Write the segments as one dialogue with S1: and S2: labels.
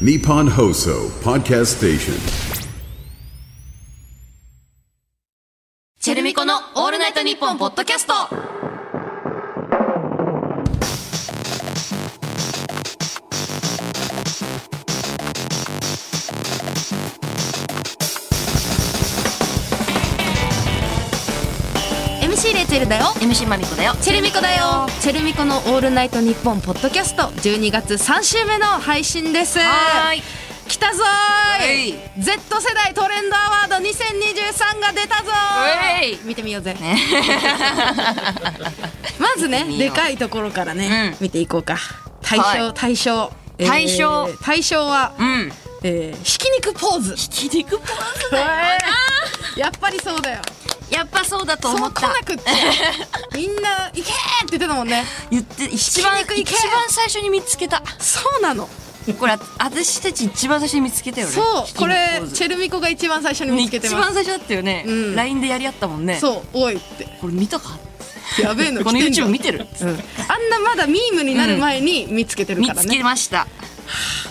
S1: Nippon Hoso Podcast Station.
S2: チェルミコのオールナイトニッポンポッドキャスト
S3: レイチェルだよ
S2: MC まみこだよ
S3: チェルミコだよチェルミコの「オールナイトニッポン」ポッドキャスト12月3週目の配信です
S2: はーい
S3: 来たぞーい Z 世代トレンドアワード2023が出たぞー
S2: うえい
S3: 見てみようぜ まずね
S2: 見よ
S3: で
S2: う
S3: かいところからね、見ていこうか対象、
S2: はい
S3: 対象えー
S2: 対象
S3: 対象は、
S2: うん
S3: えーひき肉ポーズ
S2: ひき肉ポーズ
S3: やっぱりそうだよ
S2: やっぱそうだと
S3: そう
S2: 思
S3: 来
S2: っ
S3: な
S2: た
S3: くって みんな「いけ!」って言ってたもんね
S2: 言って一番
S3: ひき肉い
S2: 一
S3: け
S2: 番最初に見つけた
S3: そうなの
S2: これあ私たち一番最初に見つけたよね
S3: そ
S2: ひ
S3: う
S2: き肉
S3: これ
S2: ポーズ
S3: チェルミコが一番最初に見つけて
S2: 一
S3: ま
S2: 番
S3: す
S2: 最初だったよね、
S3: うん
S2: LINE でやり合ったもんね
S3: そう「おい」って
S2: これ見たか
S3: やべえの
S2: この
S3: 来てんじゃ
S2: YouTube
S3: ん
S2: 見てる
S3: うん、あんなまだミームになる前に見つけてる
S2: 見
S3: から
S2: つ
S3: ね、
S2: けました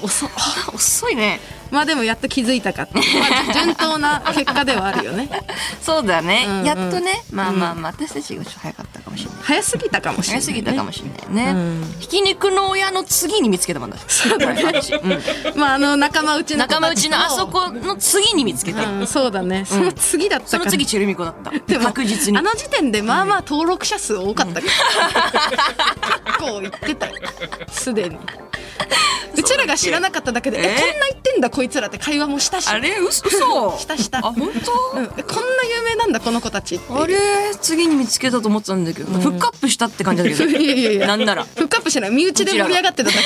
S2: 遅あ遅いね
S3: まあでもやっと気づいたかって、まあ、順当な結果ではあるよね
S2: そうだね、
S3: うんうん
S2: やっとねまあまあまあ、私たちがちょっと早かったかもしれない
S3: 早すぎたかもしれな
S2: 早す
S3: い、ね、
S2: ぎたかもしれないね、
S3: うん
S2: ひき肉の親の次に見つけたもんだそうだ、うん
S3: まああの仲間内の子
S2: 仲間
S3: た
S2: 内
S3: ち
S2: のあそ、この次に見つけた、
S3: うん、そうだねその次だったか
S2: そ
S3: ら、
S2: の次チェルミコだった
S3: でも
S2: 確実に
S3: あの時点でまあまあ登録者数多かったから、結構言ってたよす でにうちらが知らなかっただけで「え
S2: え
S3: こんな言ってんだこいつら」って会話もしたし
S2: あれ嘘嘘
S3: したした
S2: あ本当、
S3: うん、えこんな有名なんだこの子たちっていう
S2: あれ次に見つけたと思ってたんだけど、フックアップしたって感じだけど
S3: いやいや いや
S2: なんなら
S3: フックアップしない身内で盛り上がってただ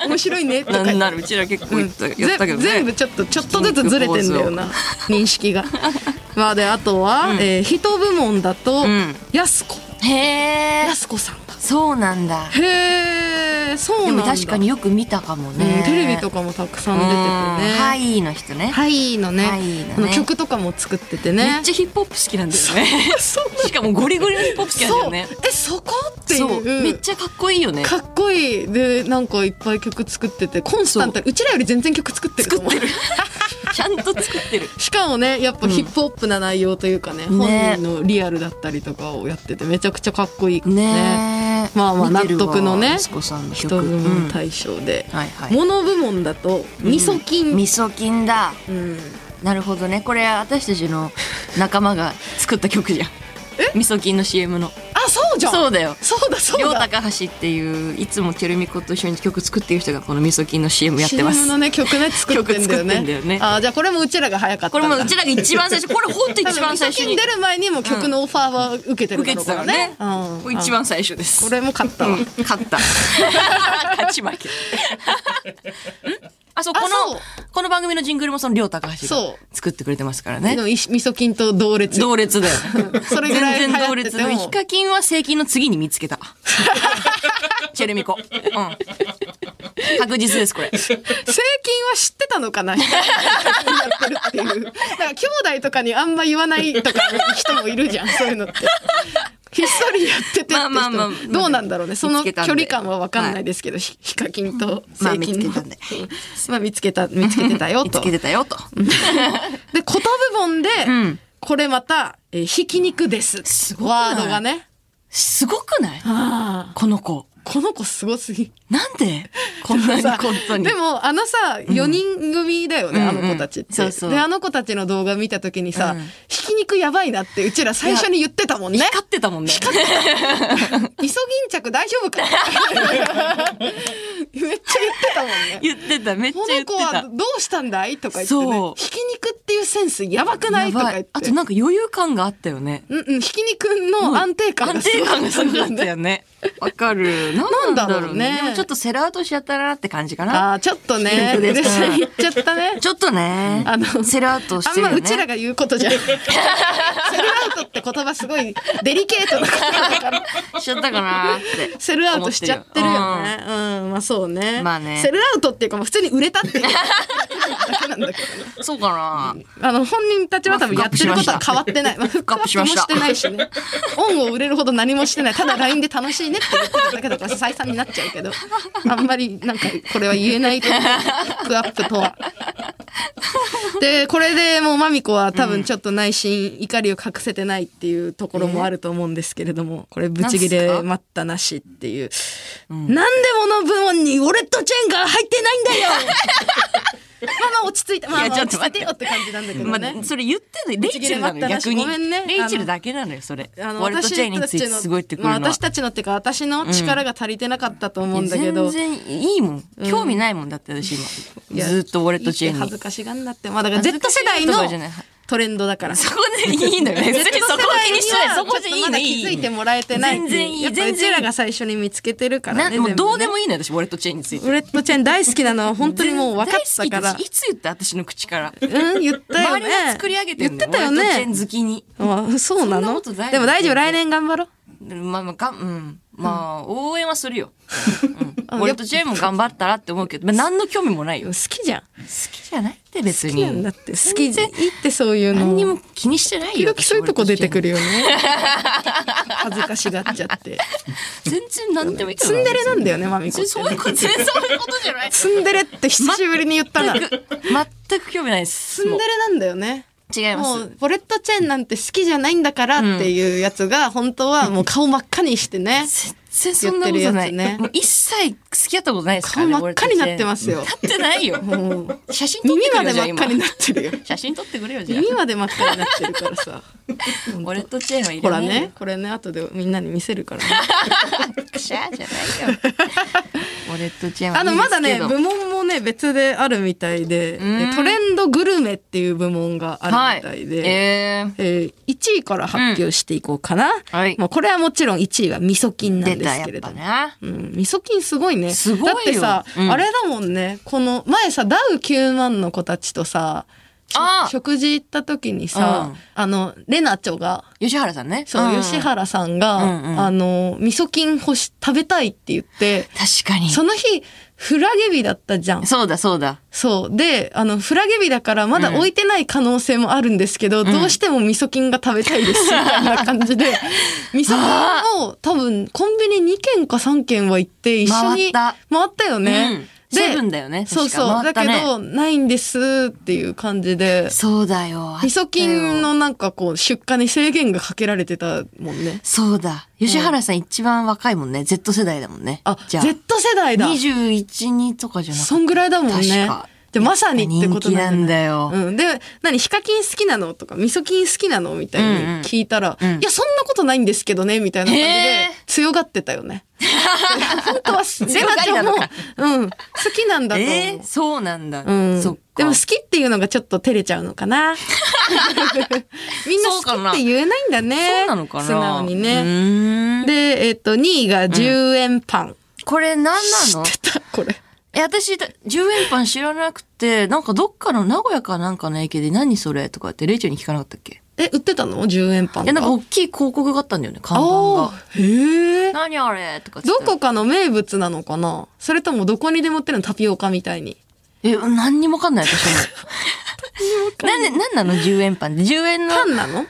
S3: け面白いねとか
S2: な
S3: 言
S2: ん
S3: って
S2: ならうちら結構
S3: う
S2: 言
S3: ん
S2: った、やったけどね
S3: ぜ全部ちょっとちょっとずつずれてんだよな認 識がまあであとは、えー人部門だと、
S2: ん
S3: やすこ
S2: へえ
S3: やすこさんが
S2: そうなんだ
S3: へえそう
S2: で
S3: なん
S2: も
S3: だ
S2: 確かによく見たかもね、
S3: うんテレビと
S2: か
S3: かもたくさん出ててね。
S2: は
S3: はい。
S2: いの人ね、
S3: のね。
S2: はいのね
S3: あの曲とかも作ってて
S2: め
S3: ね
S2: っ。ちゃヒップホップ好きなんだよね
S3: そう
S2: しかもゴリゴリのヒップホップ好き
S3: そ
S2: な
S3: うん
S2: だよね。
S3: えそこってい
S2: そう
S3: う。
S2: めっちゃかっこいいよね
S3: かっこいいでなんかいっぱい曲作っててコンスタントにうちらより全然曲作ってると思う
S2: 作ってちゃんと作ってる
S3: しかもねやっぱヒップホップな内容というかね、
S2: ね
S3: 本人のリアルだったりとかをやっててめちゃくちゃかっこいいから
S2: ねえ
S3: まあまあ
S2: 見てるわ
S3: 納得のね
S2: 息子さんの曲
S3: 人部
S2: うん
S3: 門大賞で、
S2: はいはい
S3: 物部門だとみそ菌、
S2: 味噌菌だ
S3: うん
S2: なるほどねこれ私たち の仲間が作った曲じゃん味噌菌の CM の
S3: あそうじゃん
S2: そうだよ
S3: そうだそうだ
S2: 両高橋っていういつもてるみこと一緒に曲作ってる人がこの味噌菌の CM やってます
S3: CM のね曲ね作ってんだよ
S2: 曲作
S3: ね
S2: ってんだよね
S3: あーじゃあこれもうちらが早かった
S2: こ
S3: ん
S2: れ
S3: だ
S2: もうちらが一番最初これほんと一番最初に
S3: 多分ミソキン出る前にも曲のオファーは受けてる
S2: 受
S3: だ
S2: け
S3: ろ
S2: て
S3: うか
S2: たからら
S3: ね
S2: ね、これ一
S3: あ
S2: 番最初です
S3: これも買ったわ、
S2: うん勝 った勝ち負けん あそう
S3: あ
S2: こ
S3: そう
S2: のこの番組のジングルもその亮高橋が
S3: そ
S2: 作ってくれてますからね
S3: でもいし味噌菌と同列
S2: 同列だよ
S3: それぐらい
S2: 全然同
S3: 流行って
S2: 列
S3: て
S2: の
S3: も
S2: ヒカキンは正金の次に見つけ たチェルミコ、うん、確実ですこれ
S3: 税金は知ってたのかな やってるっていうだから兄弟とかにあんま言わないとか人もいるじゃんそういうのってひっそりやっててって
S2: まあ
S3: 人
S2: まあまあ
S3: もどうなんだろうねその
S2: 見つけ
S3: 距
S2: たんで
S3: 離感は分かんないですけど、ひヒカキンと
S2: まあ
S3: 税金
S2: 見つ
S3: の、
S2: けたんで
S3: まあ見つけた見つけてたよ
S2: 見
S3: と
S2: つけてたよと
S3: で、ことぶ本で、
S2: ん
S3: これまた、えーひき肉です。
S2: すごくな
S3: ワ
S2: い
S3: ードがね。
S2: すごくない
S3: ああ。
S2: この子
S3: この子すごすぎ。
S2: なんでこんなに
S3: さ
S2: 本当に
S3: でも、あのさ、4人組だよね、
S2: うん
S3: あの子たちって、
S2: そうそう
S3: で、あの子たちの動画見たときにさ、
S2: うん
S3: ひき肉やばいなって、うちら最初に言ってたもんね。
S2: 光ってたもんね
S3: イソギンチャク大丈夫かめっちゃ言ってたもんね。
S2: 言ってためっちゃ
S3: こ
S2: 言って
S3: の子は
S2: た
S3: どうしたんだいとか言って
S2: そ
S3: ね
S2: う。
S3: ひき肉っていうセンスやばくな
S2: や
S3: いとか
S2: ば
S3: 言っ
S2: い
S3: て。
S2: あとなんか余裕感があったよね
S3: うんうん、ひき肉の安定感が
S2: 安
S3: す
S2: 定
S3: ごい
S2: 感がすごかったよねわかるなんだろうね
S3: なんだろうね
S2: でもちょっとセラーとしちゃったなって感じかな
S3: ああ、ちょっとね、
S2: ひき肉ですか
S3: 言っちゃったね。
S2: ちょっとね
S3: あの
S2: セラーとし
S3: あ
S2: て
S3: ん
S2: るよ
S3: ま
S2: ね
S3: うちらが言うことじゃない。セルアウトって言葉すごいデリケートな言葉だから。
S2: しちゃったかなって
S3: セルアウトしちゃってるよね。うん、まあそうね。
S2: まあね
S3: セルアウトっていうかもう普通に売れたっていうだけなんだけどね
S2: そうかな
S3: あの本人たちは多分やってることは変わってない、まあ、フックアップもしてないしねオンを売れるほど何もしてないただ LINE で楽しいねって言ってただけだから再三になっちゃうけどあんまりなんかこれは言えないと思うフックアップとは。でこれでもうまみこは多分ちょっと内心怒りを隠せてないっていうところもあると思うんですけれどもこれブチギ
S2: なんす
S3: レ
S2: か
S3: 待ったなしっていう、なんでこの部門にウォレットチェーンが入ってないんだよ まあまあ落ち着いてまあ
S2: いや
S3: ま
S2: ちょ
S3: あ
S2: っと
S3: 落
S2: 待
S3: ち
S2: って
S3: 着いてよって感じなんだけど
S2: ま
S3: ね、
S2: あ、それ言ってんのレイチェルなのよ
S3: ぶち切
S2: 逆
S3: れ
S2: に
S3: 待ったなしごめんね
S2: レイチェルだけなのよそれ
S3: あの
S2: ワルトチェーンについてすごいってくるのは、
S3: 私たちのまあ私たちのっていうか私の力が足りてなかったと思うんだけど、
S2: 全然いいもん興味ないもんだって私
S3: い
S2: 今
S3: や
S2: ずーっとウォレットチェーン
S3: 恥ず
S2: に
S3: かしがんなってまあだから
S2: 恥ず
S3: Z
S2: かし
S3: 世代
S2: いとかじゃない
S3: のトレンドだから
S2: そこでいいのよ 別
S3: Z
S2: にそこを気にしないそこ
S3: 世
S2: でい
S3: 代に
S2: いの
S3: はちょっとまだ気づ
S2: いい
S3: いてもらえてないってい
S2: 全
S3: う
S2: 然いい
S3: やっぱ
S2: 全
S3: うち
S2: 然いい
S3: らが最初に見つけてるから
S2: な
S3: ね
S2: もうどうで
S3: も
S2: もいいのよ私ウォレットチェーンについて
S3: ウォレットチェーン大好きなのは本当にもう分かったか
S2: 大
S3: ら
S2: 好きだしいつ言った私の口から
S3: うん言ったよ
S2: 周
S3: ね
S2: りが作り上げてん
S3: 言っ
S2: の
S3: てたよ
S2: ウォレットチェー
S3: ね
S2: ン好きに
S3: あそうな
S2: そんな
S3: の
S2: ことないよ
S3: でも大丈夫来年頑張ろう
S2: まあまあがんうんまあ応援はするよ、 うん、ウォレットチェーンも頑張ったらって思うけど、まあ、何の興味もないよ
S3: 好
S2: 好
S3: きじゃん
S2: きじゃないって別
S3: 好きなん
S2: に
S3: だって好きじゃんいいってそういうの
S2: 何にも気にしてない
S3: 時
S2: よ
S3: 々そういうとこ出てく
S2: る
S3: るよね。 恥ずかしがっちゃって。
S2: 全然何でもいいから
S3: ツンデレなんだよね、マミコっ
S2: 全然そう
S3: て
S2: い
S3: ね
S2: うこと全然そういうことじゃない
S3: ツンデレって久しぶりに言ったな。ツンデ
S2: 全く興味ないです
S3: レ
S2: もう
S3: なんだよね。
S2: 違いま
S3: も
S2: す
S3: う、ボレットチェーンなんて好きじゃないんだからっていうやつが、本当はもう顔真っ赤にしてね。
S2: 全然そんなことない、
S3: 言ってるやつね
S2: もう一切付き合ったことないですか
S3: 顔
S2: ら、ね、
S3: 真っ赤になってますすよ。
S2: なってないよ
S3: もう
S2: 写真撮って
S3: 耳
S2: く
S3: ま
S2: れよ
S3: で
S2: じゃあ
S3: 真っ
S2: 今
S3: 赤になってるよ。
S2: 写真撮ってくれよじゃあ
S3: 耳まで真っ赤になってるからさ。
S2: 俺とチェーンはい
S3: ほ
S2: ら
S3: ら
S2: ない
S3: ね、これね、後でみんなに見せるからね。
S2: くしゃーじゃないよ俺とチェーンは
S3: あの、
S2: いいで
S3: ますだ
S2: け
S3: ね、
S2: ど
S3: 部門もね、別であるみたいで、
S2: ーん
S3: えトレンドグルメっていう部門があるみたい
S2: はい、
S3: で、
S2: えー
S3: え1位から発表していこうかな。
S2: はい
S3: もうこれはもちろん1位は味噌菌なん
S2: 出
S3: で
S2: た
S3: す
S2: や
S3: けれ
S2: っ
S3: ど
S2: ぱ
S3: も。
S2: な
S3: うん、味噌菌すごいね。
S2: すごいよ
S3: だってさ、
S2: うん
S3: あれだもんね。この、前さ、ダウ9万の子たちとさ、し
S2: あー
S3: 食事行った時にさ、
S2: うん
S3: あの、レナチョが、
S2: 吉原さんね
S3: そう、
S2: ん
S3: 吉原さんが、
S2: うんうん
S3: あの、味噌菌欲し、食べたいって言って、
S2: 確かに
S3: その日、フラゲ日だったじゃん。
S2: そうだそうだ
S3: そう。で、あの、フラゲ日だからまだ置いてない可能性もあるんですけど、どうしても味噌菌が食べたい です、みたいな感じで、味噌菌を多分コンビニ2軒か3軒は行って一緒
S2: 回っ
S3: に
S2: た
S3: 回ったよね。
S2: うん、セブンだよね確か
S3: そうそう。
S2: 回
S3: だ
S2: ったね
S3: けど、ないんですっていう感じで、
S2: そうだよ
S3: 味噌菌のなんかこう、出荷に制限がかけられてたもんね。
S2: そうだ吉原さん一番若いもんね Z 世代だもんね
S3: あ、
S2: じゃ
S3: Z 世代だ。
S2: 212とかじゃなく
S3: そんぐらいだもん
S2: 確
S3: ね
S2: か。
S3: で、まさにってこと
S2: 人気なんだよ
S3: うん。で、何、ヒカキン好きなのとか、味噌菌好きなのみたいに聞いたら、
S2: うんうん
S3: いや、そんなことないんですけどね、みたいな感じ
S2: へ
S3: で
S2: ー、
S3: 強がってたよ ね。本当は、レナちゃんも、
S2: 強がり
S3: うん、好きなんだと思う。
S2: えー、そうなんだ、
S3: うん、
S2: そっか
S3: でも好きっていうのがちょっと照れちゃうの かな。みんな
S2: そうか
S3: 好
S2: な
S3: きって言えないんだね。
S2: そうなのかな
S3: 素直に
S2: う
S3: ね。
S2: ーん
S3: で、えっ、と、2位が10円パン。
S2: これ何なの
S3: 知ってた これ。
S2: え、私、だ10円パン知らなくて、なんかどっかの名古屋かなんかの駅で何それとかってレイチェルに聞かなかったっけ
S3: え、売ってたの ?10 円パン
S2: い
S3: が。
S2: や、なんか大きい広告があったんだよね、看板
S3: あ
S2: が。
S3: あへえ。
S2: 何あれとかっつっ
S3: ど
S2: て
S3: こかの名物なのかなそれともどこにでも売ってるのタピオカみたいに。
S2: え、何にもわかんない、私 も。なんで、なんなの ?10 円パンって。10円の
S3: パンなの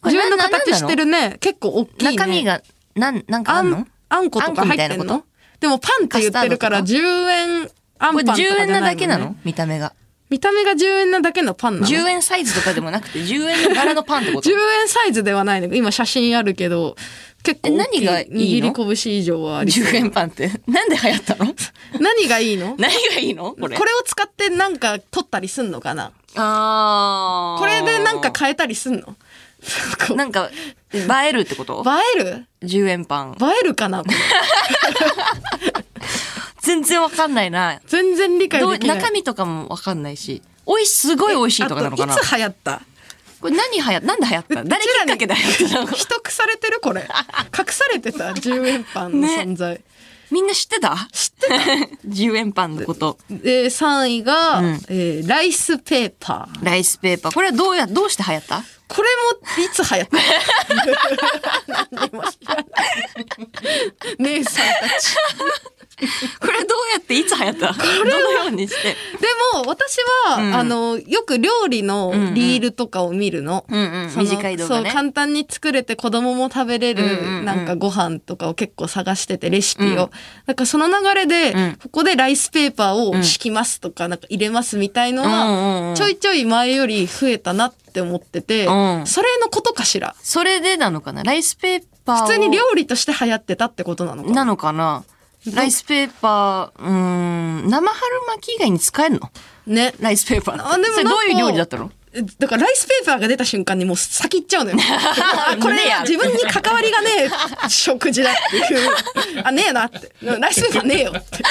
S2: こ
S3: ?10
S2: れ
S3: 円の
S2: なななん
S3: 形
S2: な
S3: し
S2: の
S3: てるね。結構大きい、ね。
S2: 中身が、なん、なんかあ
S3: あ
S2: んの
S3: ん、あんことか入って
S2: あんこ
S3: ん
S2: みたいな
S3: のでもパンって言ってるから
S2: カス
S3: 10円あん
S2: これ
S3: パンとかじゃ
S2: 10
S3: ないもん、ね。
S2: 円なだけなの見た目が。
S3: 見た目が10円なだけのパンなの ?10
S2: 10円サイズとかでもなくて、10円の柄のパンってこと
S3: 円サイズではないの。今写真あるけど、結構大きい
S2: え何がいいの
S3: 握り拳以上はありそう
S2: ?10 円パンって。なんで流行った の
S3: 何がいいの
S2: 何がいいのこ
S3: これ
S2: れ。
S3: を使ってなんか取ったりすんのかな
S2: あー
S3: これでなんか変えたりすん のなんか
S2: なんか、映えるってこと
S3: 映える
S2: ?10 円パン。
S3: 映えるかなこれ
S2: 全然わかんないな。
S3: 全然理解
S2: どう
S3: できない。
S2: 中身とかもわかんないし。おいし、すごい美味しいとかなのかな
S3: あといつ流行った
S2: これ何はや、なんで流行った誰きっかけで流行った の
S3: 秘匿されてるこれ。 隠されてた、10円パンの存在。
S2: みんな知って た知ってた ?10 円パンの こと。
S3: で、3位が、
S2: うん
S3: えーライスペーパー。
S2: ライスペーパー。これはどうや、どうして流行った
S3: これもいつ流行った 何にも知らない。姉さんたち。
S2: これどうやっていつ流行ったどのようにして。
S3: でも私は、あのよく料理のリールとかを見るの,、
S2: んうん
S3: その
S2: 短い動画ね
S3: そう簡単に作れて子供も食べれる、
S2: うんうんうん
S3: なんかご飯とかを結構探しててレシピを、なんかその流れで、ここでライスペーパーを敷きますとか,、なんか入れますみたいの
S2: うんうんう
S3: は、
S2: ん
S3: ちょいちょい前より増えたなって思ってて、
S2: うん
S3: それのことかしら
S2: それでなのかなライスペーパーを。
S3: 普通に料理として流行ってたってことなのか
S2: なのかなライスペーパー、うーん、生春巻き以外に使えるの
S3: ね
S2: ライスペーパーって。
S3: あでも
S2: それ
S3: なん
S2: どう
S3: か
S2: いう料理だったの
S3: えだからライスペーパーが出た瞬間にもう先行っちゃうのよ。 こ
S2: ねえ
S3: れ
S2: や
S3: 自分に関わり がねえ食事だっていう。あ、ねえなって。ライスペーパーねえよって。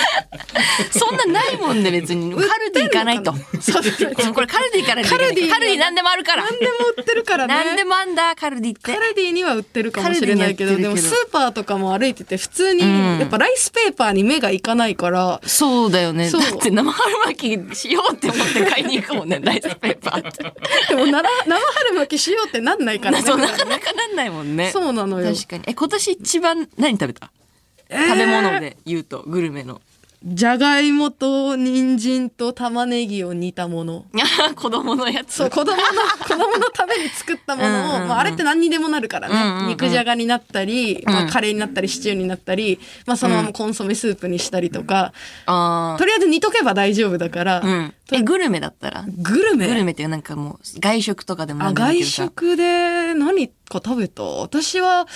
S2: そんなないもんで別に。カルディ行かないと。
S3: そうそう
S2: うんこれカルディ行かないといけない
S3: カルディ
S2: カルディ何でもあるから。
S3: 何でも売ってるからね。
S2: 何でもあんだ、カルディって
S3: カ。ルディには売ってるかもしれないけど、
S2: カルディに
S3: で
S2: は売
S3: も
S2: ってるけど
S3: スーパーとかも歩いてて普通に、やっぱライスペーパーに目がいかないから、
S2: そうだよね。だ
S3: そう
S2: って生春巻きしようって思って買いに行くもんね、ライスペーパーって。
S3: でもなら生春巻きしようってなんないからね。
S2: そうなかなかなんないもんね。
S3: そうなのよ
S2: 確かに。え、今年一番何食べた、食べ物で言うと、グルメ の。
S3: じゃがいもと人参と玉ねぎを煮たもの。
S2: 子供のやつ。
S3: そう、子供 の、子供のために作ったものを、
S2: うんうんうん
S3: まあ、あれって何にでもなるからね。
S2: うんうんうん
S3: 肉じゃがになったり、まあ、カレーになったり、シチューになったり、まあ、そのままコンソメスープにしたりとか、
S2: あ
S3: とりあえず煮とけば大丈夫だから、
S2: あ。うん。
S3: と
S2: え、グルメだったら
S3: グルメ
S2: グルメっていうなんかもう、外食とかでもな
S3: あ、
S2: んでもいい
S3: 外
S2: けどさ
S3: 食で何か食べた私は、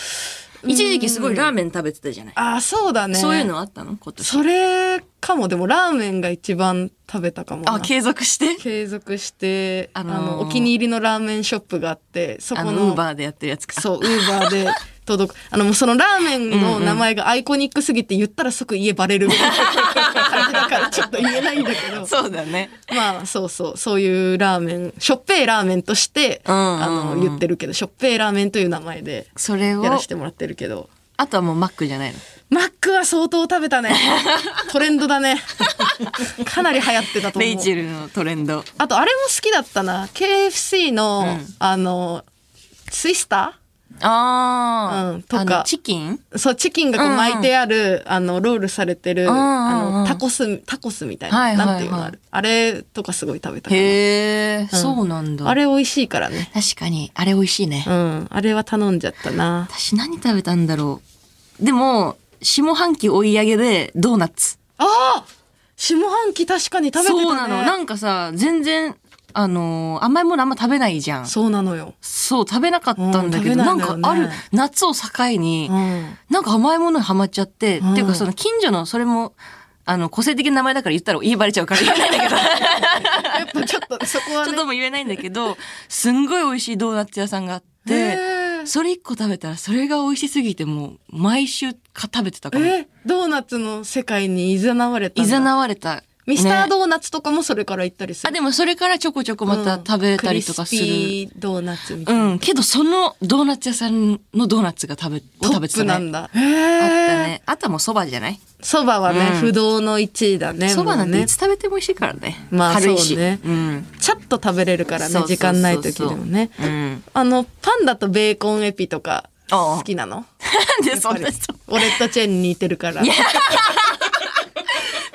S2: 一時期すごいラー
S3: ン。
S2: メン食べてたじゃない。
S3: あ、そうだね。
S2: そういうのあったの今年。
S3: それかも、でもラーメンが一番食べたかもな。
S2: あ、継続して
S3: 継続して、
S2: あ
S3: あ
S2: の
S3: の
S2: ー
S3: お気に入りのラーメンショップがあって、そ
S2: あ
S3: こ
S2: の、
S3: の
S2: ウー、バーでやってるやつか。
S3: そう、ウーバーで届く。あの、もうそのラーメンの名前がアイコニックすぎて言ったら即家バレるみたい な感じだからちょっと言えないんだけど。
S2: そうだね。
S3: まあ、そうそう、そういうラーメン、しょっぺいラーメンとして、
S2: うんうんうん
S3: あの、言ってるけど、しょっぺいラーメンという名前で
S2: それを
S3: や、らせてもらってるけど。
S2: あとはもうマックじゃないの。
S3: マックは相当食べ たね。トレンドだね。かなり流行ってたと思う。
S2: レイチェルのトレンド。
S3: あと、あれも好きだったな。KFC の、あの、ツイスター
S2: ああ、
S3: うんとか
S2: あのチキン
S3: そう、チキンがこう巻いてある、あの、ロールされてる、
S2: んうんうん
S3: あの、タコス、タコスみたいな、
S2: はいはいはい
S3: なんていうのある。あれとかすごい食べたかな
S2: へえ、そうなんだ。
S3: あれ美味しいからね。
S2: 確かに、あれ美味しいね。
S3: うん。あれは頼んじゃったな。
S2: 私何食べたんだろう。でも、下半期追い上げでドーナツ。
S3: ああ下半期確かに食べてたね。
S2: そうなの。なんかさ、全然、あのー甘いものあんま食べないじゃん。
S3: そうなのよ。
S2: そう、食べなかったんだけど、
S3: うん食べ
S2: な
S3: ない
S2: ん
S3: んだよ
S2: か
S3: ね
S2: ある、夏を境に、
S3: うん。
S2: なんか甘いものにハマっちゃって、
S3: ん
S2: っていうかその近所の、それも、あの、個性的な名前だから言ったら言いバレちゃうから言えないんだ けど、
S3: やっぱちょ っと、そこは
S2: ちょ
S3: ね。
S2: っとも言えないんだけど、すんごい美味しいドーナツ屋さんがあっ
S3: へ
S2: て、それ一個食べたら、それが美味しすぎて、もう、毎週か食べてたか
S3: え
S2: も。
S3: え、ドーナツの世界に誘われた
S2: い
S3: んだ。
S2: ざなわれた。
S3: ミスター
S2: ね
S3: ドーナツとかもそれから行ったりする。
S2: あ、でもそれからちょこちょこまた食べたりとかする。
S3: うんクリスピードーナツみた
S2: う
S3: いな。
S2: ん。けど、そのドーナツ屋さんのドーナツが食べ、を
S3: ト
S2: 食べ
S3: ッ
S2: てた
S3: プ
S2: ね。
S3: なんだ。へ
S2: あっ
S3: え。
S2: たね。あとはもう蕎麦じゃない
S3: そばはね、
S2: うん
S3: 不動の1位だね。
S2: 蕎麦なん
S3: もう
S2: てい
S3: ね
S2: つ。食べても美味しいからね。
S3: まあ
S2: 軽いし。
S3: そうね
S2: うん。
S3: ちょっと食べれるからね
S2: そうそうそうそう
S3: 時間ない時でもね。
S2: うん。
S3: あの、パンダとベーコンエピとか、
S2: ああ
S3: 好きなの
S2: なんで
S3: やっ
S2: そ
S3: ぱ
S2: ん
S3: り
S2: な人。
S3: オレットチェーンに似てるから。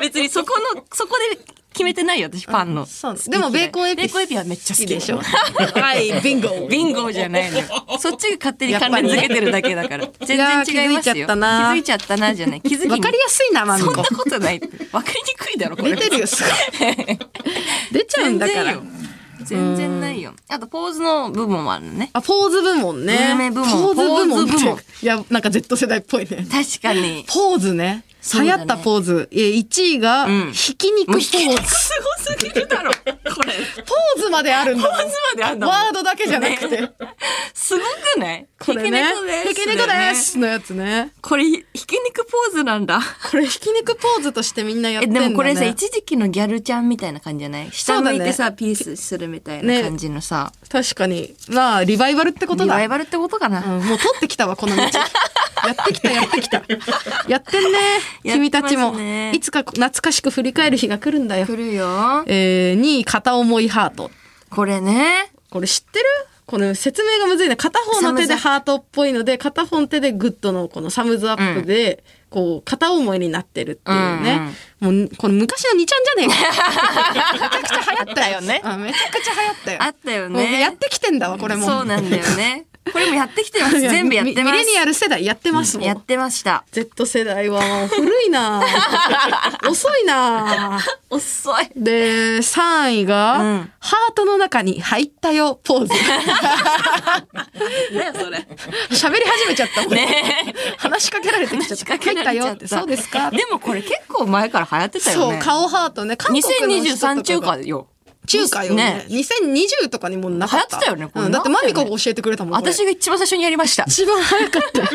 S2: 別にそこの、そこで決めてないよ、私、パンの。
S3: そうでもベーコンエピ。
S2: ベーコンエピはめっちゃ好き
S3: でしょ。はい、ビンゴ。
S2: ビンゴじゃないのよ。そっちが勝手に関連づけてるだけだから。全然違いますよ。
S3: いやー気づいちゃったな
S2: 気づいちゃったな、じゃない。気づきに
S3: わかりやすいな、マミ
S2: そんな
S3: コ。
S2: ことないって。わかりにくいだろ、これ。
S3: 出てるよ、すごい。出ちゃう
S2: 全
S3: んだか
S2: 然
S3: ら
S2: よ。。全然ないよ。あと、ポーズの部門もあるね。
S3: あ、ポーズ部門ね。
S2: グルメ部門
S3: ポーズ部門って
S2: ポーズ部門
S3: いや、なんか Z 世代っぽいね。
S2: 確かに。
S3: ポーズね。
S2: そう
S3: 流
S2: だ
S3: 行
S2: ね
S3: ったポーズ。え、1位が、
S2: ん
S3: ひき肉ポ
S2: もう
S3: ー
S2: 引き抜
S3: ズ
S2: き。すごすぎるだろ。これ。
S3: ポーズまであるんだもん。
S2: ポーズまであんだもん
S3: ワードだけじゃなくて。
S2: すごくない
S3: これね。
S2: ひき
S3: ひき
S2: 肉
S3: 肉
S2: だよね
S3: ですのやつね。
S2: これ、ひき肉ポーズなんだ。
S3: これひき肉ポーズとしてみんなやっ
S2: え、
S3: てんだ
S2: で
S3: ね。
S2: もこれさ、一時期のギャルちゃんみたいな感じじゃない下向いてさ、ピースするみたいな
S3: ね
S2: 感じのさ、
S3: 確かに。まあ、リバイバルってこと
S2: リ
S3: だ
S2: バ。イバルってことか
S3: う
S2: な。
S3: んもう取ってきた わ、この道。やってきた、やってきた。やってんね。君たち
S2: やって
S3: も
S2: ますね。
S3: いつか懐かしく振り返る日が来るんだよ
S2: 来。るよ。
S3: えー、2位、片思いハート。
S2: これね。
S3: これ知ってるこの説明がむずいな片方の手でハートっぽいので片方の手でグッドのこのサムズアップで、こう片思いになってるっていうね、もうこの昔の2ちゃんじゃね えかめちゃくちゃ流行ったよ
S2: あったよね
S3: あめちゃくちゃ流行ったよ
S2: あったよね
S3: もうやってきてんだわこれも
S2: そうなんだよ ね。これもやってきてます。全部やってま
S3: ミレニ
S2: す。
S3: アル世代やってますもん
S2: やってました。
S3: Z 世代はもう古 いな遅いな
S2: 遅い。
S3: で3位が、
S2: うん
S3: ハートの中に入ったよ ポーズ
S2: ねそれ。
S3: 喋り始めちゃったもん
S2: ね
S3: 話しかけられてきちゃった入ったよってそうですか
S2: でもこれ結構前から流行ってたよ
S3: そう
S2: ね。
S3: 顔ハートね韓国の人とかが
S2: 2023中華よ。
S3: 中華よね
S2: ね
S3: 2020とかにもなかっ
S2: 流行
S3: た
S2: ってたよねこれ
S3: うんだってマミ
S2: な
S3: コ
S2: んだ
S3: が教えてくれたもんこれ
S2: 私が一番最初にやりました。
S3: 一番早かったよ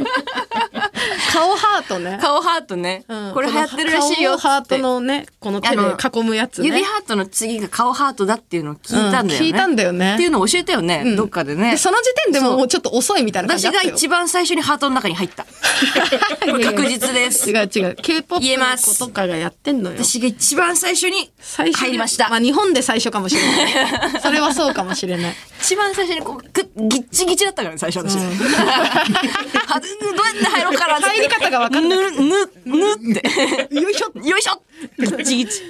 S3: 顔ハートね
S2: 顔ハートね。
S3: うん
S2: これ流行ってるらしいよっつって。
S3: 顔ハートのねこの手で囲むやつね
S2: 指ハートの次が顔ハートだっていうのを聞いたんだよね。
S3: うん聞いたんだよね
S2: っていうのを教えたよね。どっかでね
S3: で。その時点でももうちょっと遅いみたいな感
S2: 私
S3: じだった
S2: が
S3: よ
S2: 一番最初にハートの中に入 った。これ確実です。
S3: 違う違う K-POP
S2: 言え
S3: の
S2: ま
S3: 子
S2: す
S3: とかがやってんのよ
S2: 私が一番最初に
S3: 最初に
S2: 入りました
S3: まあ。日本で最初かもしれない それはそうかもしれない
S2: 一番最初にこう、ぐぎっちぎちだったからね、最初私。 はどうやって入ろうかなって。。
S3: 入り方が分かんない
S2: ぬ、ぬ、ぬって。
S3: よいしょ
S2: よいしょぎっちぎち。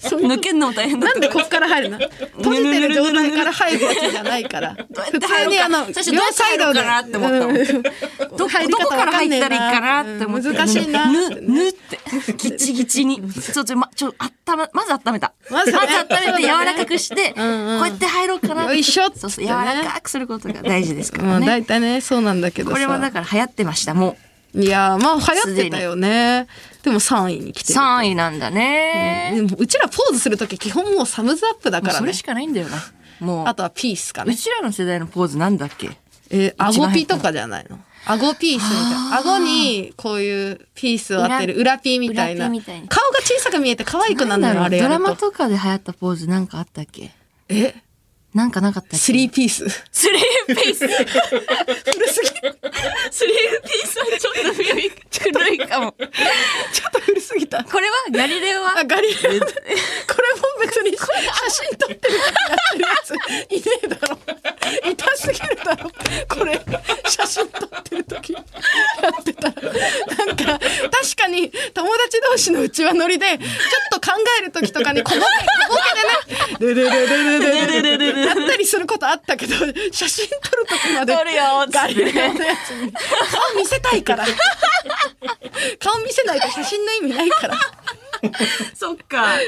S3: そういう
S2: 抜けんのも大変だっ
S3: な
S2: た
S3: んでこっから入るの閉じてる状態から入るわけじゃないか ら
S2: どうやっ
S3: 普
S2: て入ろ
S3: 通
S2: う
S3: に
S2: か
S3: あの
S2: 最初どうやって入ろうかなって思ったもん
S3: うん
S2: ど
S3: 入り
S2: ど
S3: 方
S2: こから
S3: わ
S2: 入
S3: ん
S2: っ
S3: ねえ
S2: たらいいかなって思って。
S3: うん難しいな
S2: ぬ、ぬって。ぎっちぎちに。そう、ちょ、ま、ちょ、あったま、まず温めた。
S3: ま
S2: ま
S3: ず
S2: ず
S3: ね
S2: 温めて柔らかくして、こう
S3: うんうん
S2: やって入ろうかなって。
S3: よいしょっつってね
S2: そうそう、柔らかくすることが大事ですか
S3: ま
S2: ら
S3: あ
S2: ね。
S3: 大体ねそうなんだけどさ
S2: これはだから流行ってました、もう。
S3: いやーまあ流行ってたよねでも3位に来てる
S2: 3位なんだね。
S3: でもうちらポーズする時基本もうサムズアップだから
S2: そ
S3: ね
S2: れしかないんだよな。もう。
S3: あとはピースか
S2: う
S3: ね
S2: ちらの世代のポーズなんだっけ
S3: えー、
S2: 一
S3: 顎
S2: 番入
S3: ピー
S2: った
S3: とかじゃないの顎ピースみたいな顎にこういうピースを当てる裏
S2: 裏
S3: ピーみたいな
S2: 裏ピーみたいな
S3: 顔が小さく見えて可愛くなんだよあれ
S2: ド
S3: や
S2: ラ
S3: る
S2: マ
S3: と
S2: とかで流行ったポーズなんかあったっけ
S3: え
S2: なんかなかったっけ
S3: スリーピース
S2: スリーピース。
S3: 古すぎ
S2: スリーピースはちょっと古い古いかも。
S3: ちょっと古すぎた
S2: これはガリレオは
S3: あガリレオこれも別に写真撮ってるやついねえだろ痛すぎるだろこれ写真撮ってる時やってたらなんか確かに友達同士のうちわ乗りでちょっと考える時とかに小ボケ小ボケでねででででででででやったりすることあったけど写真撮る時まで
S2: 撮るよっつって
S3: ガリレオのやつに顔見せたいから顔見せないと写真の意味ないから。
S2: そっか。あ、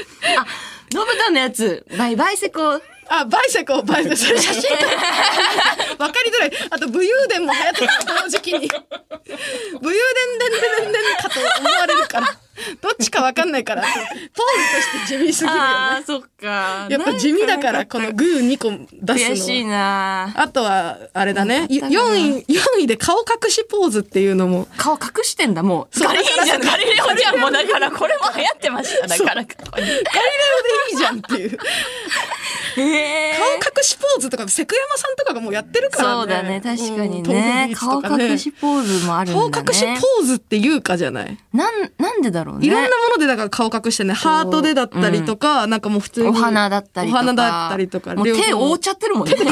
S2: ノブタのやつ。バイバイセコ。
S3: あ、バイセコ、バイセコ、それ写真撮る わかりづらい。あと、武勇伝も流行ってた、同時期に。武勇伝、伝、伝、伝、伝かと思われるから。どっちかわかんないから、ポーズとして地味すぎるよね。
S2: ああ、そっか。
S3: やっぱ地味だから、このグー2個出
S2: 悔
S3: す
S2: しい
S3: のは。
S2: な。
S3: あとは、あれだ
S2: な
S3: ね。
S2: んかあったかな
S3: 4位、4位で顔隠しポーズっていうのも。
S2: 顔隠してんだ、もう。
S3: そう
S2: ガリレオじゃん、ガリレオじゃん。もうだから、これも流行ってました。だから、
S3: ガリレオでいいじゃんっていう。
S2: え
S3: 顔隠しポーズとか、セクヤマさんとかがもうやってるからね。
S2: そうだね、確かに
S3: うんトムヘ
S2: ね
S3: リ。スと
S2: 顔
S3: か
S2: 隠しポーズもあるんだ
S3: 顔
S2: ね。
S3: 隠しポーズっていうかじゃない
S2: なん、なんでだろうね。
S3: いろんなものでだから顔隠してね、ハートでだったりとか、なんかもう普通に。
S2: お花だったりとか。
S3: お花だったりとか。
S2: もう手覆っちゃってるもんね。
S3: 顔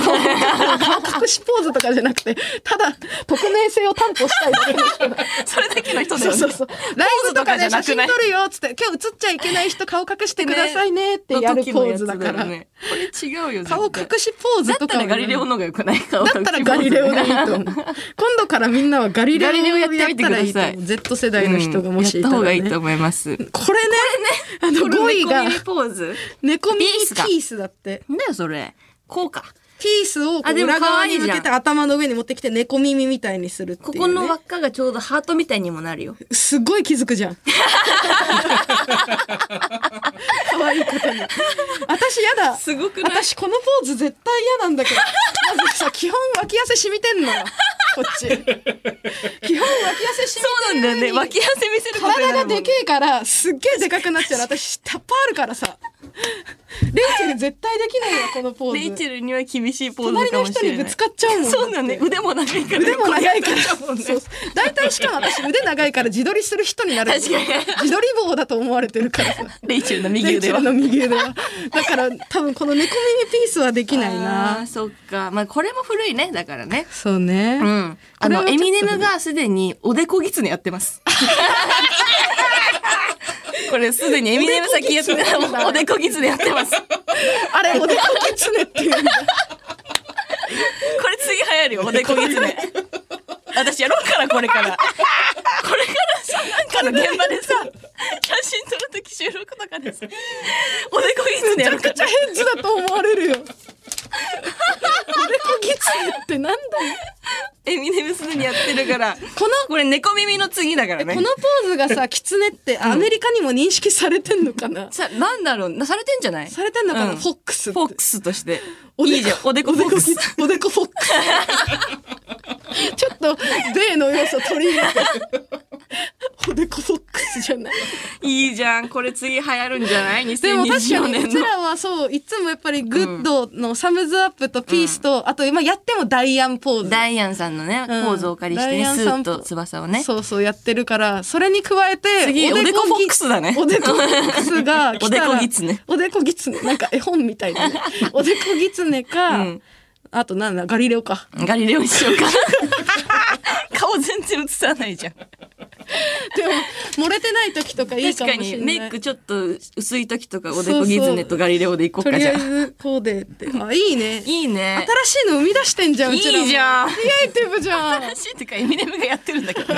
S3: 隠しポーズとかじゃなくて、ただ、匿名性を担保したいだけの人だ
S2: それだけの人だ
S3: そ
S2: よ
S3: う
S2: ね。
S3: そうそう。ライブとかで写真撮るよっつって、今日写っちゃいけない人顔隠してくださいねってやるポーズだから。
S2: の時のやつだよねこれ違うよ。
S3: 顔
S2: 絶対
S3: 隠しポーズ
S2: だ
S3: と
S2: っ
S3: か
S2: た
S3: も
S2: らガリレオの方が良くない顔
S3: だったらガリレオでい いと思う。今度からみんなはガリレオ
S2: ガリレオやってみてください
S3: やったらと思う Z 世代の人がもしい
S2: や
S3: た
S2: った
S3: ら、
S2: 方が
S3: ね
S2: いいと思います。こ
S3: これね、 あの5位が
S2: 猫耳ポーズ。
S3: 猫耳
S2: ピースか
S3: ピースだって。
S2: なんだよ、それ。こうか。
S3: ピースをこう
S2: あでも
S3: 裏
S2: 可
S3: 側
S2: 愛
S3: に
S2: いじゃん
S3: 向けて頭の上に持ってきて猫耳みたいにするっていう、
S2: こ
S3: ね。
S2: この輪っかがちょうどハートみたいにもなるよ。
S3: すごい気づくじ ゃん。可愛いことに。私やだ。
S2: すごくない
S3: 私このポーズ絶対嫌なんだ けど。まずさ、基本脇汗染みてんのよ。こっ ち。基本脇汗染
S2: そうな
S3: み
S2: ん
S3: て
S2: だよ
S3: るのに
S2: ね。脇汗見せることになる
S3: 体
S2: も
S3: が
S2: ん
S3: でけえから、すっげえでかくなっちゃう。私、タッパあるからさ。レイチェル絶対できないわこのポーズ
S2: レイチェルには厳しいポーズ
S3: 隣
S2: か
S3: の
S2: もし
S3: 人
S2: れ
S3: に
S2: ない
S3: ぶつかっちゃうもん
S2: そうなんね腕も長いから
S3: 腕も長いから
S2: こうやってやっちゃうもんね
S3: そうそう大体しかも私腕長いから自撮りする人になるんですよ
S2: 確か
S3: 自撮り棒だと思われてるからさ
S2: レイチェルの右腕は
S3: レイチェルの右腕はだから多分この猫耳ピースはできない
S2: あー
S3: な
S2: そっかまあこれも古いねだからね
S3: そうね、
S2: うんあ
S3: こ
S2: の
S3: れ
S2: エ
S3: はちょっと
S2: ミネムがすでにおでこぎつねやってます これすでにエミネム先やってたおでこぎつねやってますこ
S3: あれおでこきつねっていうんだ
S2: れ次流行るよおでこぎつね私やろうからこれからこれからさなんかの現場でさ写真撮るとき収録とかでさおでこぎつねやろうか
S3: めちゃ
S2: ら
S3: ヘッズだと思われ るよ。おでこぎつねってなんだよ。
S2: エミネムすでにやってるから
S3: この、
S2: これ猫耳の次だからね
S3: このポーズが さ、キツネってアメリカにも認識されてんのかな
S2: さなんだろうなされてんじゃない
S3: されてんのかな、
S2: うん
S3: フォックスって。
S2: フォックスとして
S3: おでこ
S2: いいじゃんおでこフォックス
S3: おでこフォックス。 ちょっと、デーの要素取り入れて。おでこフォックスじゃない。
S2: いいじゃんこれ次流行るんじゃない
S3: でも確
S2: 2024
S3: かに、う
S2: 年
S3: ち
S2: の
S3: らはそう、いつもやっぱりグッドのサムズアップとピースと、あと今やってもダイアンポーズ。
S2: ダイアンさんのね
S3: うん
S2: ポーズをお借りして
S3: ダイ
S2: ね
S3: アン
S2: ス
S3: さん
S2: ーと翼をね
S3: そうそうやってるからそれに加えて
S2: 次おでこフォックスだね
S3: おでこフォックスが来た ら
S2: おでこギツネ
S3: おでこギツネなんか絵本みたい なねおでこギツネか、
S2: うん
S3: あとなんだガリレオか
S2: ガリレオにしようか 顔全然映さないじゃん
S3: でも漏れてない時とかいい
S2: 確
S3: か
S2: か
S3: もし
S2: に
S3: れない
S2: メイクちょっと薄い時とかおでこギズネとガリレオでいこう
S3: と
S2: か
S3: り
S2: じ
S3: あ
S2: ゃ
S3: え
S2: ん
S3: ずこうでってあいいね
S2: いいね
S3: 新しいの生み出してんじゃんうちらも
S2: いいじゃん
S3: クリエイティブじゃ ん
S2: 新しいっていうかエミネムがやってるんだけど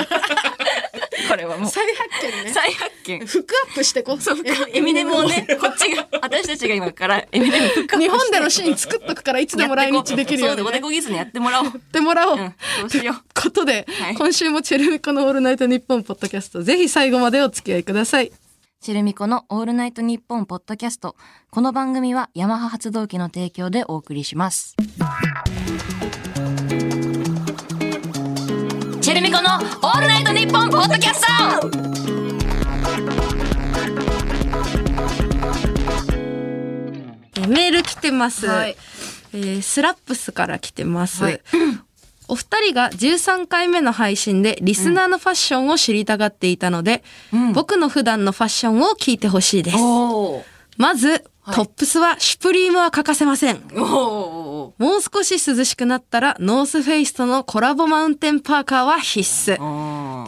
S2: これはもう
S3: 再発見ね
S2: 再発見
S3: フックアップしてこう
S2: そうエミネムをねこっちが私たちが今からエミネム復活
S3: 日本でのシーン作っとくからいつでも来日できるよ
S2: そう
S3: うにね
S2: でおでこギズネやってもらおう
S3: やってもらおう。
S2: うんそうしよう
S3: といことで、
S2: はい
S3: 今週もチェルミコのオールナイトニッポンポッドキャスト、ぜひ最後までお付き合いください。
S2: チェルミコのオールナイトニッポンポッドキャスト。この番組はヤマハ発動機の提供でお送りします。チェルミコのオールナイトニッポンポッドキャスト
S3: えメール来てます。
S2: はい
S3: えースラップスから来てます。
S2: はい
S3: お二人が13回目の配信でリスナーのファッションを知りたがっていたので、
S2: うん
S3: 僕の普段のファッションを聞いてほしいです。
S2: おー
S3: まず、
S2: はい
S3: トップスはシュプリームは欠かせません。
S2: お
S3: もう少し涼しくなったら、ノースフェイスとのコラボマウンテンパーカーは必須。
S2: ー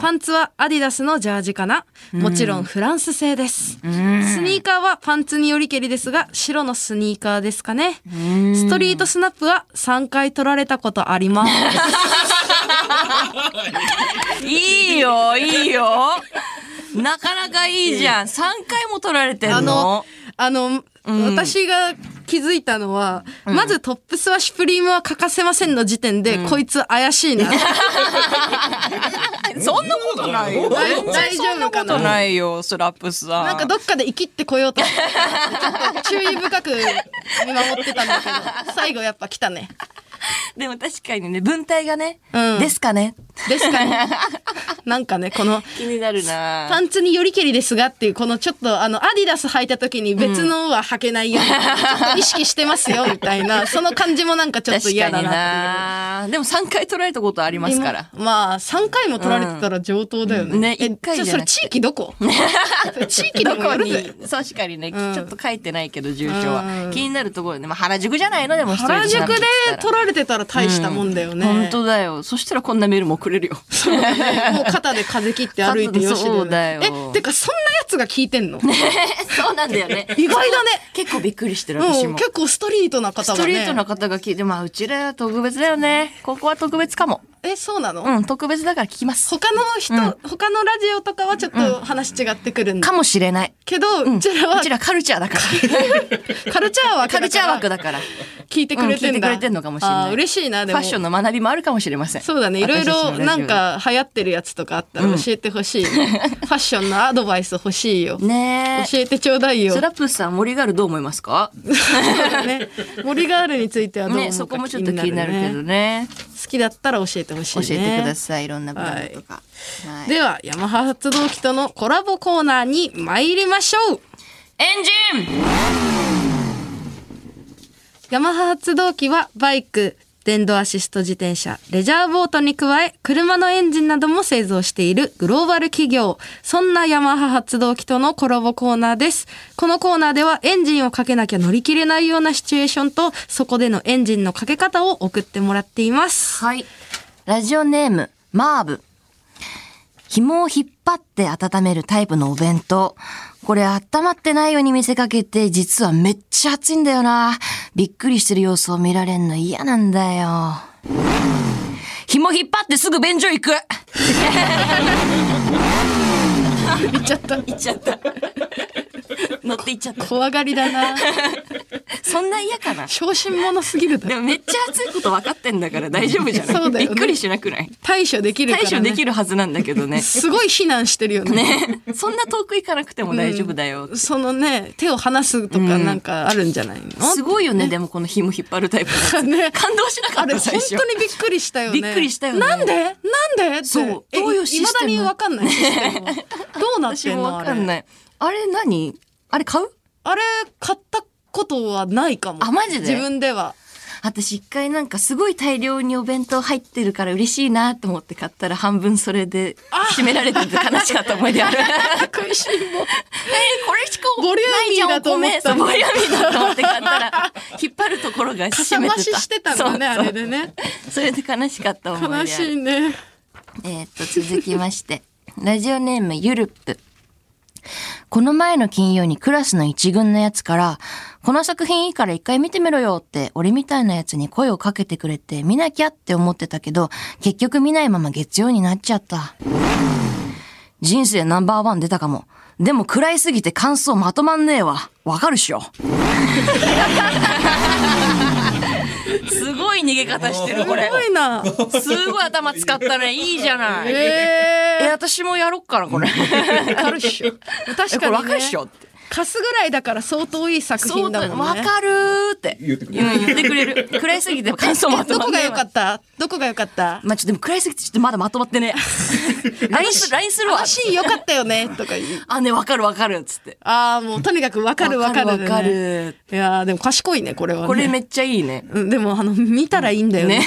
S3: パンツはアディダスのジャージかな。もちろんフランス製です。スニーカーはパンツによりけりですが、白のスニーカーですかね。ストリートスナップは3回取られたことあります。
S2: いいよ、いいよ。なかなかいいじゃん。3回も取られてんの
S3: あの、あの、私が気づいたのは、まずトップスはシュプリームは欠かせませんの時点で、こいつ怪しいな。
S2: そんなことないよ。
S3: 大
S2: 全然そんなことないよ、スラップスさん。
S3: なんかどっかで生きってこようと思って、ちょっと注意深く見守ってたんだけど、最後やっぱ来たね。
S2: でも確かにね、文体がね、
S3: うん
S2: ですかね。
S3: ですかね。なんかね、この、
S2: 気になるな
S3: パンツによりけりですがっていう、このちょっと、あの、アディダス履いた時に別のは履けないように、ちょっと意識してますよ、みた いな、その感じもなんかちょっと
S2: 確
S3: 嫌
S2: か
S3: だ
S2: に
S3: なって
S2: な
S3: いう。
S2: でも3回取られたことありますから。
S3: まあ、3回も取られてたら上等だよね。
S2: うんね
S3: え
S2: 一回じゃなくて
S3: ちょそれ地域どこ それ地域ど
S2: ど
S3: こ
S2: こ
S3: やる
S2: に
S3: ぜ。
S2: 確かにね、
S3: ん
S2: ちょっと書いてないけど、住所は。
S3: うん
S2: 気になるところで、まあ、原宿じゃないのでも、
S3: 原宿で取られてたら大したもんだよね。
S2: 本当だよ。そしたらこんなメールもくれる よ。
S3: もう肩で風切って歩いてよし
S2: そうだよ
S3: え、てかそんなやつが聞いてんの
S2: そうなんだよね。
S3: 意外だね。
S2: 結構びっくりしてる、私
S3: うん、
S2: も。
S3: 結構ストリートな方が
S2: ス
S3: ね。
S2: トリートな方が聞いて、まあ、うちらは特別だよね。ここは特別かも。
S3: え、そうなの、
S2: うん、特別だから聞きます。
S3: 他の人、他のラジオとかはちょっと話違ってくるんだ、
S2: かもしれない。
S3: けど、うちらは
S2: うちらカルチャーだから。
S3: カルチャー枠
S2: カ
S3: だから
S2: ルチャー枠だから。
S3: 聞いてくれ
S2: う
S3: てんだ、
S2: ん聞いてくれてんのかもしれない
S3: あー嬉しいなで
S2: フ
S3: も
S2: ァッションの学びもあるかもしれません。
S3: そうだねいろい
S2: 私たちの
S3: ろ
S2: ラジオ
S3: なんか流行ってるやつとかあったら教えてほしいね、ファッションのアドバイス欲しいよ、
S2: ねえ。
S3: 教えてちょうだいよ
S2: スラップスさん、森ガールどう思いますか
S3: ね森ガールについてはどう思う
S2: ね、
S3: か
S2: そこもちょっ
S3: 気
S2: と
S3: に
S2: 気
S3: なる,、
S2: になるけどね。
S3: 好きだったら教えてほしい
S2: 教
S3: ね
S2: えてください、いろんなブランドとか。はい
S3: ではヤマハ発動機とのコラボコーナーに参りましょう
S2: エンジン
S3: ヤマハ発動機はバイク、電動アシスト自転車、レジャーボートに加え、車のエンジンなども製造しているグローバル企業。そんなヤマハ発動機とのコラボコーナーです。このコーナーではエンジンをかけなきゃ乗り切れないようなシチュエーションと、そこでのエンジンのかけ方を送ってもらっています。
S2: はい。ラジオネーム、マーブ。紐を引っ張って温めるタイプのお弁当。これ温まってないように見せかけて、実はめっちゃ熱いんだよな。びっくりしてる様子を見られんの嫌なんだよ。紐引っ張ってすぐ便所行く
S3: 行っちゃった。
S4: 行っちゃった。乗って行っちゃった。
S3: 怖がりだな。
S2: そんな嫌かな
S3: 小心者すぎるだろ
S2: でもめっちゃ熱いこと分かってんだから大丈夫じゃない
S3: そうだよね
S2: びっくりしなくない
S3: 対処できるから、
S2: 対
S3: ね。
S2: 処できるはずなんだけどね。
S3: すごい避難してるよね。
S2: ね。 そんな遠く行かなくても大丈夫だよ。
S3: そのね、手を離すとかなんかあるんじゃないの、
S2: すごいよね、でもこの紐引っ張るタイプのやつ
S3: ね
S2: 感動しなか
S3: あ
S2: っ
S3: れ
S2: た、
S3: 本
S2: 最初。
S3: 当にびっくりしたよね。
S2: びっくりしたよね
S3: なんでなんでって。
S2: そう
S3: え
S2: どういうシステム
S3: いまだにわか んないシステム。どうなっ
S2: 私
S3: てん
S2: も
S3: のあ
S2: わかん
S3: れ。
S2: ない。あれ何あれ買う
S3: あれ、買ったことはないかも。
S2: あマジで
S3: 自分では。
S2: 私一回なんかすごい大量にお弁当入ってるから嬉しいなと思って買ったら半分それで締められてて悲しかった思い出 ある。
S3: 食いしん坊。
S2: これしか
S3: ボリューミーだと思った
S2: ないじゃんお米そうボリューミーだと思って買ったら引っ張るところが
S3: か
S2: 締
S3: さ
S2: め
S3: 増
S2: てた
S3: ししてたんだ
S2: そ
S3: ね、
S2: う
S3: あ
S2: そう
S3: れでね。
S2: それで悲しかった思い出あ
S3: 悲
S2: る
S3: しいね。
S2: えーっと続きましてラジオネームゆるっぷこの前の金曜にクラスの一軍のやつから、この作品いいから一回見てみろよって、俺みたいなやつに声をかけてくれて見なきゃって思ってたけど、結局見ないまま月曜になっちゃった。人生ナンバーワン出たかも。でも暗いすぎて感想まとまんねえわ。わかるっしょ。
S4: すごい逃げ方してる、これ
S3: す。ごいな。
S2: すごい頭使ったね。いいじゃない。
S3: え
S2: え、私もやろっから、これ。
S3: ー、わかるっしょ。確
S2: え、これ
S3: かに、ね。
S2: わかるっしょって。
S3: 貸すぐらいだから相当いい作
S2: そう
S3: 品だ
S2: だ
S3: も
S2: よ
S3: んね。
S2: わかるーって言ってくれる。言ってくれ る。暗いすぎて感想まと
S3: ど
S2: まっ
S3: こ
S2: てな
S3: が
S2: い
S3: 良
S2: わ
S3: かったどこが良かった
S2: まあちょっとでも暗いすぎてちょっとまだまとまって ね。LINE する、LINE するわ。
S3: 話良かったよねとか言う。
S2: あ、ね、わかるわかるっつって。
S3: ああ、もうとにかく分かる分かる、ね。
S2: わかる。
S3: いやーでも賢いね、これは、ね。
S2: これめっちゃいいね。
S3: うんでも、あの、見たらいいんだよね。
S2: ね。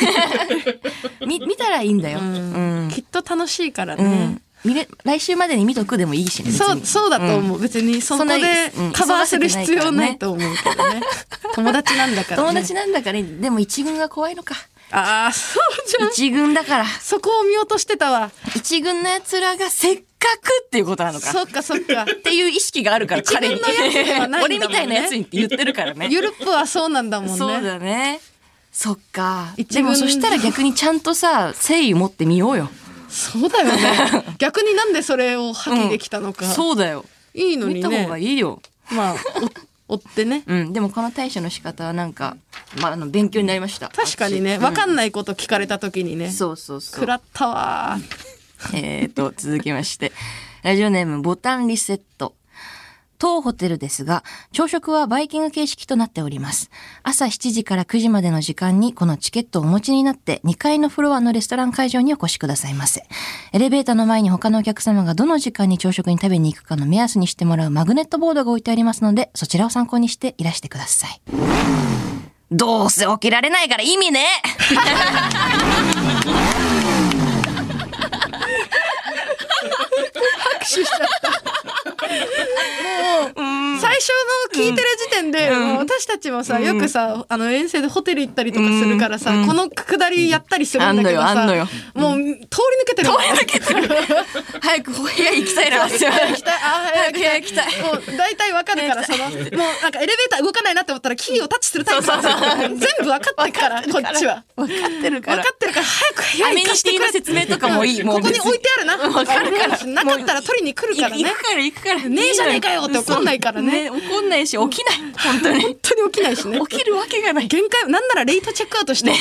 S2: み、見たらいいんだよ。うん。
S3: きっと楽しいから
S2: う
S3: ね
S2: ん。。見れ、来週までに見とくでもいいしね。別
S3: そう、
S2: に
S3: そうだと思う。別に、そこ
S2: そんな
S3: で
S2: うん
S3: カバーする
S2: 忙しくないからね
S3: 必要ないと思うけどね。友達なんだから、ね。
S2: 友達なんだから、でも一軍が怖いのか。
S3: ああ、そうじゃん。
S2: 一軍だから。
S3: そこを見落としてたわ。
S2: 一軍の奴らがせっかくっていうことなのか。
S3: そっかそっか。
S2: っていう意識があるから、彼に
S3: 一軍のやつではないんだもんね
S2: 俺みたいなやつにって言ってるから ね。
S3: ゆるっぷはそうなんだもんね。
S2: そうだね。そっか。
S3: 一
S2: でも
S3: 軍
S2: そしたら逆にちゃんとさ、誠意持ってみよう よ。
S3: そうだよね。逆になんでそれを破棄できたのか。
S2: そうだよ。
S3: いいの
S2: 見
S3: に
S2: た
S3: ね
S2: 方。がいいよ。
S3: まあ、お追 ってね。
S2: うん。でもこの対処の仕方はなんか、まあ、あの、勉強になりました。
S3: 確かにね、
S2: 私
S3: わかんないこと聞かれた時にね。
S2: そうそうそ
S3: 食
S2: う。
S3: らったわ ー。
S2: えーと、続きまして。ラジオネーム、ボタンリセット。当ホテルですが、朝食はバイキング形式となっております。朝7時から9時までの時間にこのチケットをお持ちになって、2階のフロアのレストラン会場にお越しくださいませ。エレベーターの前に他のお客様がどの時間に朝食に食べに行くかの目安にしてもらうマグネットボードが置いてありますので、そちらを参考にしていらしてください。どうせ起きられないから意味ね
S3: 最初の聞いてる時点で、もう私たちもさ、よくさ、あの遠征でホテル行ったりとかするからさ、このくだりやったりするんだけど
S2: あん
S3: さ、
S2: のよ
S3: もう通り抜けてる。通り抜けてる。
S2: 早くお部屋行きたいな。
S3: 行き たい。あ早く
S2: 早く行きたい
S3: もう大体わかるから、その、もうなんかエレベーター動かないなって思ったらキーをタッチするタイプなんですよ全部わかってるから、こっちは。
S2: 分かってる
S3: 分かってるから早く部屋
S2: アメ
S3: に
S2: ニ
S3: 行かして
S2: ティ
S3: く
S2: の
S3: れ
S2: 説明とかもいい。もう
S3: ここに置いてあるな。
S2: わかるから
S3: なかったら取りに来るからね。
S2: 行くから行くから。
S3: ねえじゃねえかよって怒んないからね
S2: そう怒んないし、起きない。本当に。
S3: 本当に起きないしね。
S2: 起きるわけがない。
S3: 限界、なんならレイトチェックアウトして、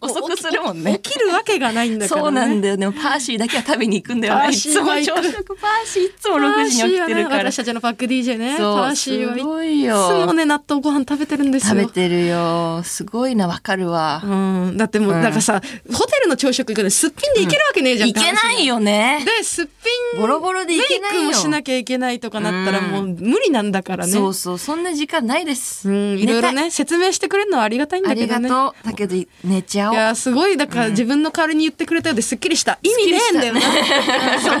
S2: 遅くするもんね。
S3: 起きるわけがないんだから、ね。
S2: そうなんだよね。パーシーだけは食べに行くんだよ
S3: パ
S2: ね。
S3: ー
S2: い
S3: シ
S2: つ
S3: ー
S2: も
S3: は
S2: 朝
S3: 行く
S2: 食パーシーいつも6時に起きてる
S3: パーシーはね
S2: から。
S3: 私たちのパック DJ ね。
S2: そう
S3: パーシーは
S2: すごいよ
S3: つもね、納豆ご飯食べてるんですよ。
S2: 食べてるよ。すごいな、わかるわ。
S3: うん。だってもう、なんかさ、ホテルの朝食行くのすっぴんで行けるわけねえじゃん。
S2: いけないよね。
S3: で、すっぴん。
S2: ボロボロで行けないよ
S3: メイクもしなきゃいけないとかなったらもう無理なんだからね。
S2: そうそうそう、そんな時間ないです。
S3: うん、いろいろ
S2: 寝たい。
S3: ね、説明してくれるのはありがたいん
S2: あ
S3: だ
S2: り
S3: けど
S2: が
S3: ね。
S2: とう。だけど、寝ちゃお。
S3: いうや、すごい、だから自分の代わりに言ってくれたようですっきりした。意味ねえんだよな。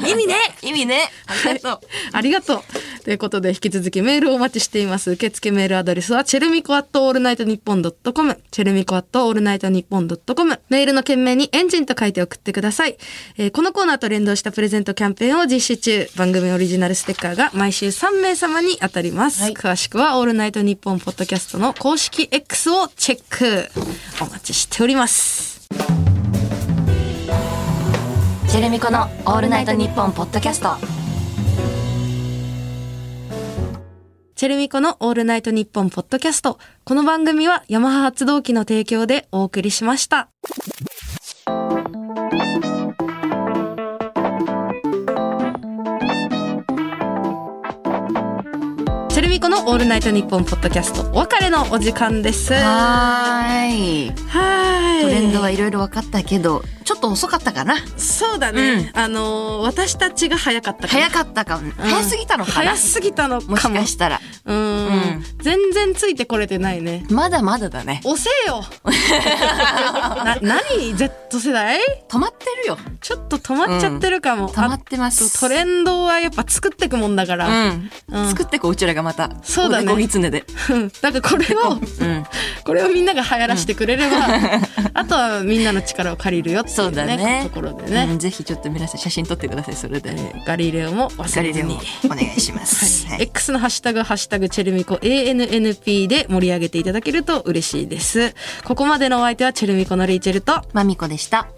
S3: そう意味ねえ
S2: 意味ね。ありがとう。
S3: ありがとう。ということで、引き続きメールをお待ちしています。受付メールアドレスは、チェルミコアットオールナイトニッポンドットコム、チェルミコアットオールナイトニッポンドットコム、メールの件名にエンジンと書いて送ってください。えーこのコーナーと連動したプレゼントキャンペーンを実施中、番組オリジナルステッカーが毎週3名様に当たります。
S2: はい
S3: 詳しくは、オールナイトニッポンポッドキャストの公式 X をチェック。お待ちしております。
S2: ジェルミコのオールナイトニッポンポッドキャスト。
S3: チェルミコのオールナイトニッポンポッドキャスト。この番組はヤマハ発動機の提供でお送りしました。チェルミコのオールナイトニッポンポッドキャストお別れのお時間です。は
S2: はーい。
S3: ーい。
S2: トレンドはいろいろ分かったけど、ちょっと遅かったかな。
S3: そうだね。あのー私たちが早かったかな
S2: 早かったかも。早すぎたのかな
S3: 早。すぎたの
S2: も
S3: か
S2: し
S3: も。
S2: かしたら。
S3: うーん。全然ついてこれてないね。
S2: まだまだだね。
S3: 押せ よな何 Z 世代
S2: 止まってるよ。
S3: ちょっと止まっちゃってるかも、
S2: 止まってます。
S3: あトレンドはやっぱ作ってくもんだから、
S2: うん、
S3: うん
S2: 作ってこううちらがまた
S3: そうだね
S2: おでこぎつねで、
S3: うん、だからこれを
S2: うん、
S3: これをみんなが流行らせてくれれば、 あとはみんなの力を借りるよってい,、
S2: そうう
S3: ね
S2: だね
S3: ところでね
S2: う、ん、ぜひちょっと皆さん写真撮ってくださいそれで、
S3: えーガリレオも忘
S2: ガ
S3: れ
S2: リ
S3: ず
S2: レオ
S3: に
S2: も。お願いします、はい
S3: X のハッシュタグ、ハッシュタグ、チェルミコ ANNP で盛り上げていただけると嬉しいです。ここまでのお相手はチェルミコのレイチェルと、
S2: まみこでした